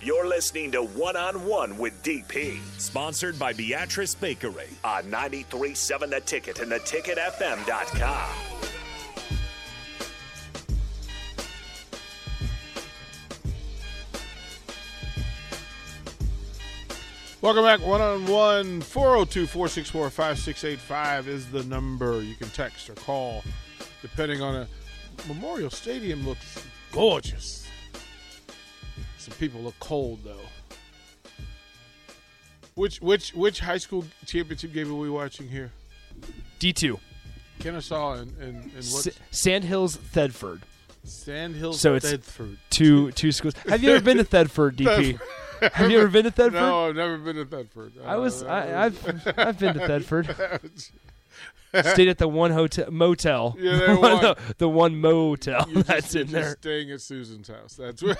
You're listening to One on One with DP, sponsored by Beatrice Bakery on 93.7 The Ticket and theticketfm.com. Welcome back. oh One on one, 402 464 5685 is the number. You can text or call depending on a. Memorial Stadium looks gorgeous. Some people look cold, though. Which which which high school championship game are we watching here? D2. Kennesaw and, and, and what? S- Sand Hills, Thedford. Sand Hills So it's Thedford. Two two schools. Have you ever been to Thedford, DP? Have you ever been to Thedford? No, I've never been to Thedford. I was. Uh, I, I've I've been to Thedford. Stayed at the one hotel motel. Yeah, there One of was. the, the one motel You're just- that's you're in just there. Staying at Susan's house. That's what.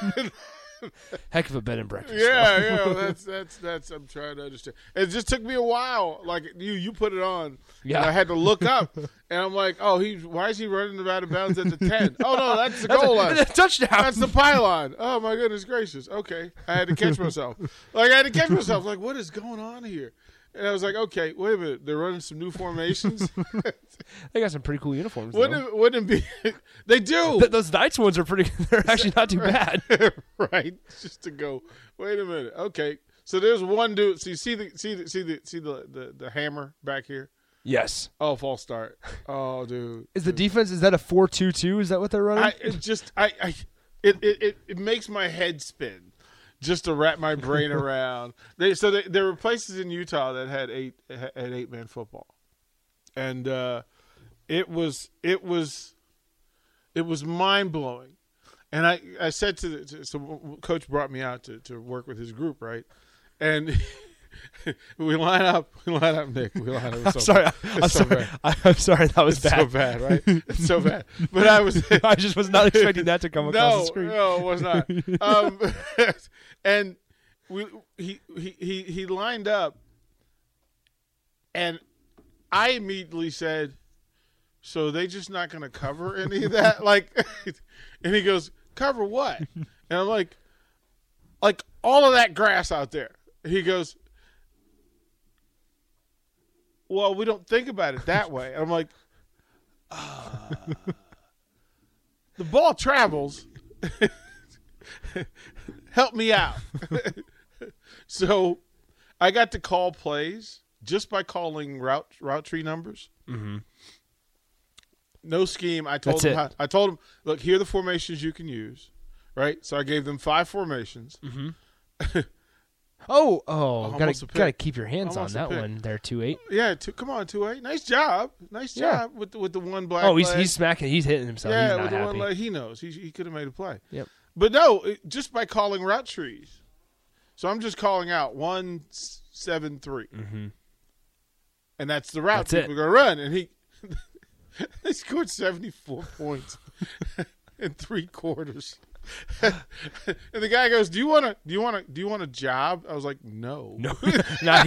Heck of a bed and breakfast. yeah, yeah. well, That's that's that's. I'm trying to understand. It just took me a while. Like you, you put it on. Yeah. And I had to look up, and I'm like, oh, he. Why is he running out of bounds at the ten? Oh no, that's the That's goal a, line. touchdown. That's the pylon. Oh my goodness gracious. Okay, I had to catch myself. Like I had to catch myself. Like what is going on here? And I was like, okay, wait a minute. They're running some new formations. they got some pretty cool uniforms. though. wouldn't it, wouldn't it be? They do. Th- those Knights ones are pretty. They're actually not too bad. right? Just to go. Wait a minute. Okay. So there's one dude. So you see the see the see the see the the, the hammer back here. Yes. Oh, false start. Oh, dude. Is the defense? Is that a four-two-two? Is that what they're running? I it just I, I it, it it it makes my head spin just to wrap my brain around. They so they, there were places in Utah that had eight had eight man football, and uh, it was it was it was mind blowing. And I, I said to the to, so w- w- coach brought me out to, to work with his group right, and we line up we line up Nick we line up. I'm sorry. I'm so sorry. bad. I'm sorry. That was It's so bad, right? It's so bad. But I was I just was not expecting that to come across no, uh, the screen. No, it was not. um, and we he, he he he lined up, and I immediately said, "So they just not going to cover any of that?" like, and he goes, "Cover what?" And I'm like, "Like all of that grass out there." He goes. Well, we don't think about it that way. I'm like, "Ah, the ball travels. Help me out. so I got to call plays just by calling route route tree numbers. Mm-hmm. No scheme. I told That's them it. how, I told them, look, here are the formations you can use. Right? So I gave them five formations. Mm-hmm. Oh, oh, Almost gotta a pick. gotta keep your hands Almost a on that pick. one there, two eight. Yeah, two, come on, two eight. Nice job. Nice Yeah. job with the, with the one black. Oh, he's leg. he's smacking. He's hitting himself. yeah, he's with not the one happy. leg. He knows. He, he could have made a play. Yep. But no, it- just by calling route trees. So I'm just calling out one s- seven, three. and that's the route Mm-hmm. That's it. people are gonna run. And he they scored seventy four points in three quarters. and the guy goes, "Do you want to? Do you want to? Do you want a job?" I was like, "No, No, not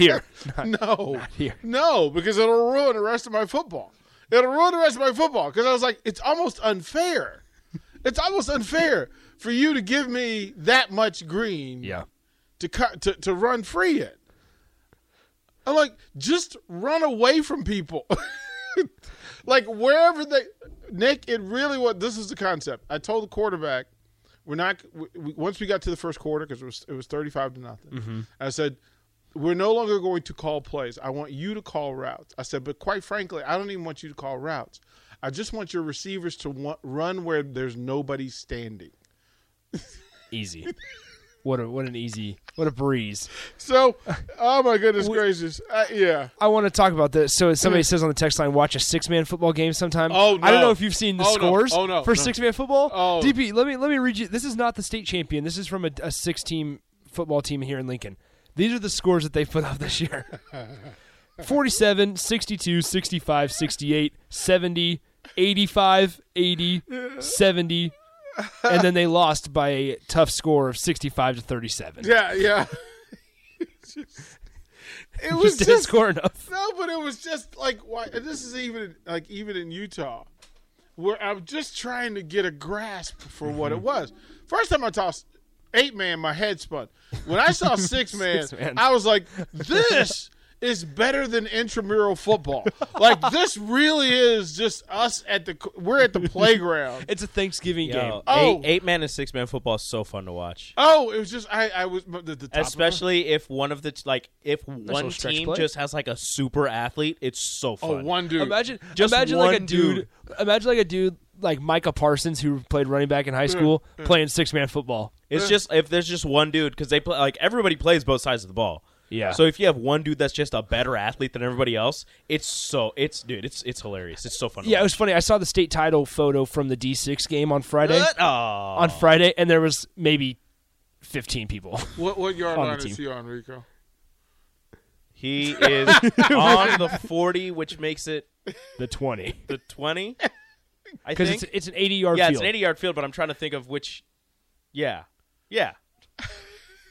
here. Not- no, here. no," because it'll ruin the rest of my football. It'll ruin the rest of my football because I was like, "It's almost unfair. it's almost unfair for you to give me that much green yeah. to cut to, to run free in." I'm like, just run away from people. like wherever they Nick, it really was. This is the concept. I told the quarterback, we're not. We, we- once we got to the first quarter, because it was it was thirty five to nothing. I said, we're no longer going to call plays. I want you to call routes. I said, but quite frankly, I don't even want you to call routes. I just want your receivers to wa- run where there's nobody standing. Easy. What a what an easy what a breeze. So, oh my goodness gracious, uh, yeah. I want to talk about this. So somebody says on the text line, watch a six man football game sometime. Mm. Oh, I don't no. know if you've seen the Oh, no. scores Oh, no. for No. six man football. Oh. DP, let me let me read you. This is not the state champion. This is from a, a six team football team here in Lincoln. These are the scores that they put up this year. 47, 62, 65, 68, 70, 85, 80, 70, and then they lost by a tough score of 65 to 37. Yeah, yeah. It's just- it was Just didn't just score enough. no, but it was just like why. and This is even like even in Utah, where I'm just trying to get a grasp for what it was. First time I tossed eight man, my head spun. When I saw six man, man. I was like, this. Is better than intramural football. Like this really is just us at the we're at the playground. It's a Thanksgiving game. Yo, Oh. eight, eight man and six man football is so fun to watch. Oh, it was just I I was but the, the top of my- Especially if one of the t- like if one little stretch team play. just has like a super athlete, it's so oh fun. one dude Imagine, Just imagine like a one dude, Imagine like a dude like Micah Parsons who played running back in high school playing six man football. It's just if there's just one dude because they play like everybody plays both sides of the ball. Yeah. So if you have one dude that's just a better athlete than everybody else, it's so it's dude, it's it's hilarious. It's so fun. to Yeah, it watch. was funny. I saw the state title photo from the D6 game on Friday. What? Aw. On Friday, and there was maybe fifteen people. What what yard on the line team. is he on, Rico? He is on the 40, which makes it the twenty the 20. I because think. it's it's an eighty yard yeah, field. it's an 80 yard field, but I'm trying to think of which. Yeah. Yeah.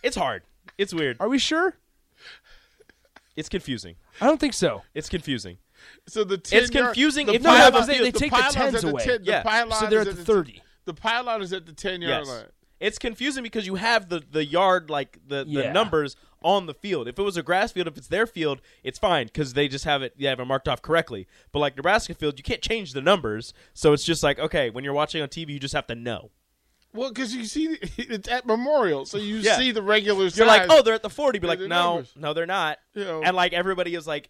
It's hard. It's weird. Are we sure? It's confusing. I don't think so. It's confusing. So the 10 yard- confusing The if you have pylon- a- they- they take the pylon's 10s at the away. 10 the Yeah. pylon So they're is at the 30. The pylon is at the ten yard Yes. line. It's confusing because you have the, the yard, like the, the Yeah. numbers on the field. If it was a grass field, if it's their field, it's fine because they just have it, they have it marked off correctly. But like Nebraska field, you can't change the numbers. So it's just like, okay, when you're watching on TV, you just have to know. Well, because you see, it's at Memorial, so you Yeah. see the regular. You're like, oh, they're at the 40. Be Yeah, like, they're no, numbers. no, they're not. Yeah. And like everybody is like,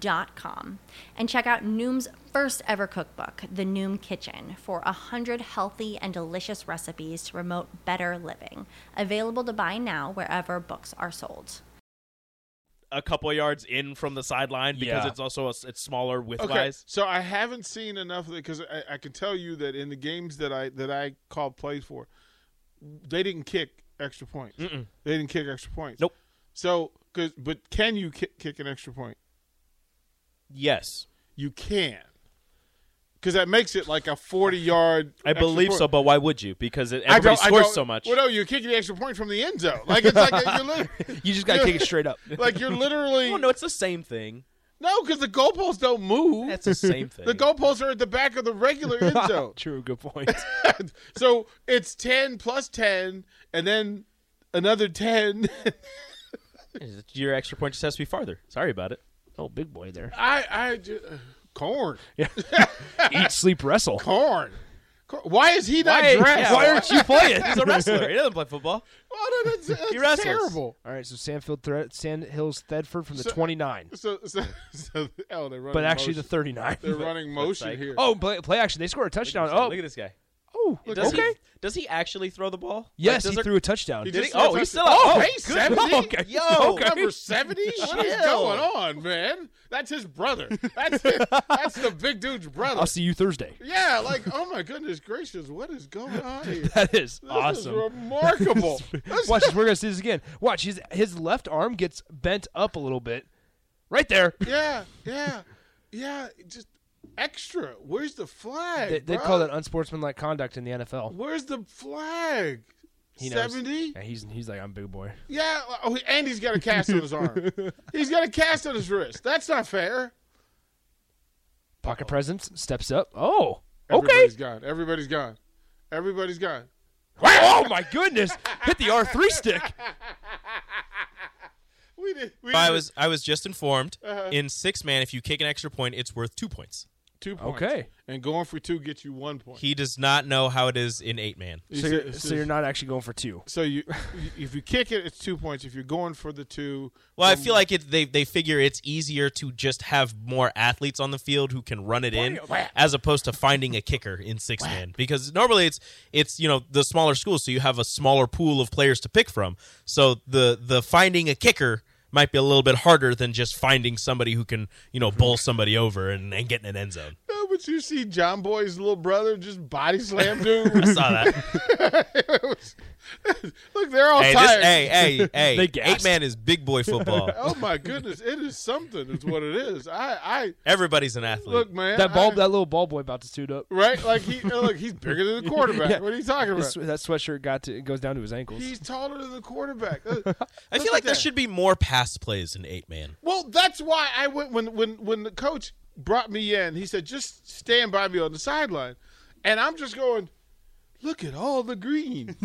noom.com and check out Noom's first ever cookbook, The Noom Kitchen, for 100 healthy and delicious recipes to promote better living. Available to buy now wherever books are sold. a couple yards in from the sideline because Yeah. it's also a s it's smaller width Okay, wise. so I haven't seen enough of it because I, I can tell you that in the games that I that I called plays for, they didn't kick extra points. They didn't kick extra points. Nope. So, cause, but can you kick, kick an extra point? Yes, You can, because that makes it like a forty-yard. I believe so. But why would you? Because it, I everybody don't, I scores don't- so much. Well, no, you're kicking the extra point from the end zone. Like it's like a, you're literally, You just gotta kick it straight up. Like you're literally Oh, no, it's the same thing. no, because the goalposts don't move. That's the same thing. the goalposts are at the back of the regular end zone. True, good point. So it's ten plus ten, and then another ten. Your extra point just has to be farther. Sorry about it. oh, big boy there. I I ju- uh, corn Eat, sleep, wrestle. corn. corn. Why is he not Why- dressed? yeah, why aren't you playing? He's a wrestler. He doesn't play football. Oh, no, that's, that's He wrestles. terrible. All right, so Sandfield Thre- Sand Hills Thedford from the 29, So so, so oh, they're running. but actually the motion. 39. they're running motion like- here. Oh, play, play action. They scored a touchdown. Oh, Look at this guy. oh, Does okay. he? Does he actually throw the ball? Like, yes, does he there- threw a touchdown. He Did just he? Oh, threw a he's still touchday- up. Oh, Hey, hey, 70? good ball. Yo. Okay. Number seventy. What is Chill. going on, man? That's his brother. That's that's the big dude's brother. I'll see you Thursday. Yeah, like oh my goodness gracious, what is going on here? That is This awesome. is remarkable. This- Watch this. We're gonna see this again. Watch his his left arm gets bent up a little bit, right there. yeah, yeah, yeah. Just extra. Where's the flag? They, they'd bro? call uh, that unsportsmanlike conduct in the NFL. Where's the flag? He knows. Seventy. Yeah, he's he's like I'm big boy. Yeah. Oh, and he's got a cast on his arm. He's got a cast on his wrist. That's not fair. Pocket presence steps up. Oh, okay. Everybody's gone. Everybody's gone. Everybody's gone. oh my goodness! Hit the R three stick. We did. We I did was I was just informed. In six man, if you kick an extra point, it's worth two points. two points. Okay. And going for two gets you one point. He does not know how it is in eight man. You So see- you're, so you're not actually going for two. So you, if you kick it, it's two points. If you're going for the two, um, Well, I feel like it, they they figure it's easier to just have more athletes on the field who can run it in, as opposed to finding a kicker in six man. Because normally it's it's you know the smaller schools, so you have a smaller pool of players to pick from. So the the finding a kicker might be a little bit harder than just finding somebody who can you know bowl somebody over and, and get in an end zone. No, Oh, but you see John Boy's little brother just body slam dude. I saw that. Look, they're all hey, this, tired. hey, hey, hey, They eight gassed. man is big boy football. Oh my goodness, it is something. Is what it is. I, I Everybody's an athlete. look, man. That ball, I- that little ball boy, about to suit up. right? Like he, look, he's bigger than the quarterback. Yeah. What are you talking His- about? that sweatshirt got to it goes down to his ankles. He's taller than the quarterback. Uh, I feel look like at there that. should be more pass plays in eight man. Well, that's why I went when when when the coach brought me in. He said, "Just stand by me on the sideline," and I'm just going, "Look at all the green."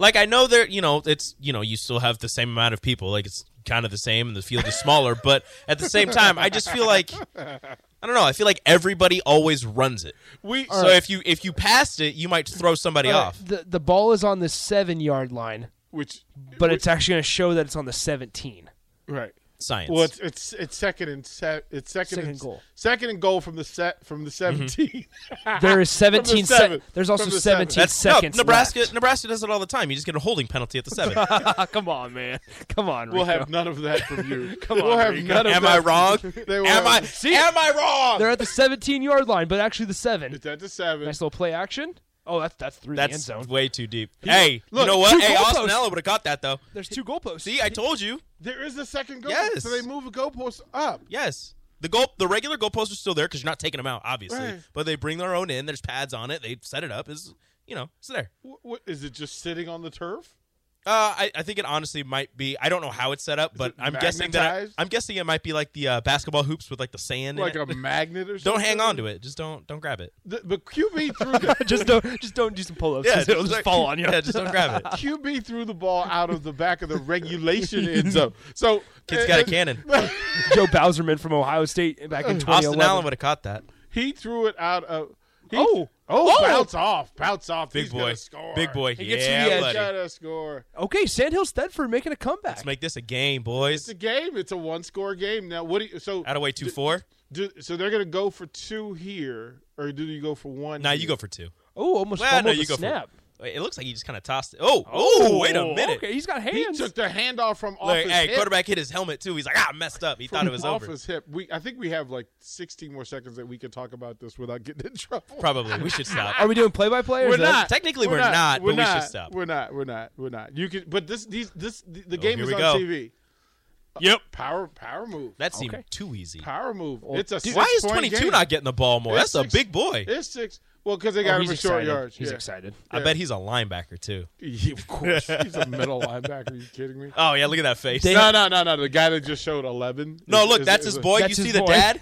Like I know there, you know, it's you know, you still have the same amount of people. Like it's kind of the same, and the field is smaller. but at the same time, I just feel like I don't know. I feel like everybody always runs it. we so if you if you passed it, you might throw somebody off. the the ball is on the seven yard line, which but it's actually going to show that it's on the seventeen. right. Science. Well, it's it's it's second and se- it's second, Second and, goal. second and goal from the set from the Mm-hmm. 17 There is seventeen. sec- seven. there's also From the seven. seventeen That's no, seconds. Nebraska. left. Nebraska does it all the time. You just get a holding penalty at the seven. Ah, come on, man. Come on. We'll Rico. have none of that from you. Come we'll on, have Rico. none of Am that I from- wrong? They will Am I? have- Am I wrong? They're at the seventeen yard line, but actually the seven. It's at the seven. Nice little play action. Oh, that's that's through That's the end zone. way too deep. hey, look, you know what? two Hey, goalposts. Austin Ella would have got that though. There's two goalposts. See, I told you. There is a second goal, Yes. so they move the goalpost up. Yes. The goal, the regular goalposts are still there because you're not taking them out, obviously. Right. But they bring their own in. There's pads on it. They set it up. Is you know, it's there. Wh- what is it? Just sitting on the turf? Uh, I, I think it honestly might be. I don't know how it's set up, but I'm guessing that magnetized? I'm guessing it might be like the uh, basketball hoops with like the sand. Like in a it. magnet or something? don't hang on to it. Just don't don't grab it. The, but QB threw the, just don't just don't do some pull ups. it'll just like- fall on you. Yeah, just don't grab it. QB threw the ball out of the back of the regulation end zone. So Kid's uh, got a uh, cannon. Joe Bowserman from Ohio State back in 2011. Austin Allen would have caught that. He threw it out of. He, Oh. Oh, bounce off, bounce off. Big He's boy. gonna score. Big boy. He gets to yeah, the edge. He's buddy. gotta score. Okay, Sandhill Stedford making a comeback. Let's make this a game, It's boys. a game. It's a one-score game. Now, what do you? So Out of way two four. do, so they're gonna go for two here, or do you go for one? Now here? you go for two. oh, almost Well, fumbled no, you the go snap. for. Wait, It looks like he just kind of tossed it. Oh, oh, wait a minute. Okay, he's got He hands. took the handoff from off Look, his hey, hip. quarterback hit his helmet too. He's like, ah, I messed up. He thought it was off over. his hip. We, I think we have like 16 more seconds that we can talk about this without getting in trouble. Probably. We should stop. Are we doing play by play? We're that- not. technically we're not, but we're we not, should stop. Oh, We're not. We're not. We're not. You can, but this, these, this, the, the game here is we on go. TV. Yep. Power, power move. That seemed Okay. too easy. power move. It's a. Why is six-point 22 game. not getting the ball more? It's That's a six- big boy. It's six. Well, because they Oh, got him he's for short excited. yards. He's yeah. excited. I bet he's a linebacker too. Yeah, of course, he's a middle linebacker. Are you kidding me? Oh yeah, look at that face. no, no, no, no. The guy that just showed 11. no, is- look, is- that's is his a- boy. That's you his see the boy. dad?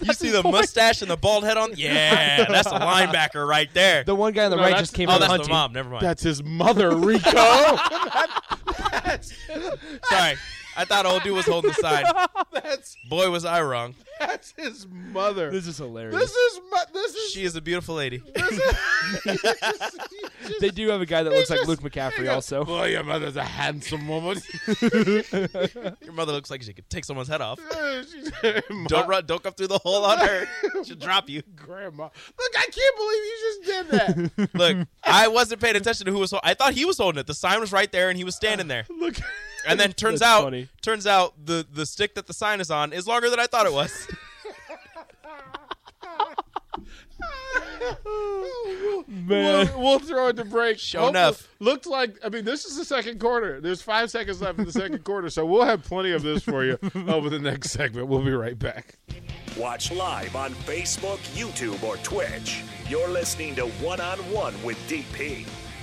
You see the mustache and the bald head on? Yeah, that's a linebacker right there. The one guy on the No, right that's- just came oh, out that's the hunting. mom. Never mind. That's his mother, Rico. Sorry, I thought old dude was holding the side. boy, was I wrong. that's his mother. This is hilarious. This is my, this is She is a beautiful lady. they do have a guy that looks like just- Luke McCaffrey also. Boy, your mother's a handsome woman. Your mother looks like she could take someone's head off. Don't Don't run. Don't come through the hole on her. She'll drop you. grandma. Look, I can't believe you just did that. Look, I wasn't paying attention to who was. Ho- I thought he was holding it. The sign was right there, and he was standing there. Look, And then turns That's out, funny. turns out the the stick that the sign is on is longer than I thought it was. Man. We'll, we'll throw it to break. Show enough. Looked like I mean, this is the second quarter. There's five seconds left in the second quarter, so we'll have plenty of this for you over the next segment. We'll be right back. Watch live on Facebook, YouTube, or Twitch. You're listening to One on One with DP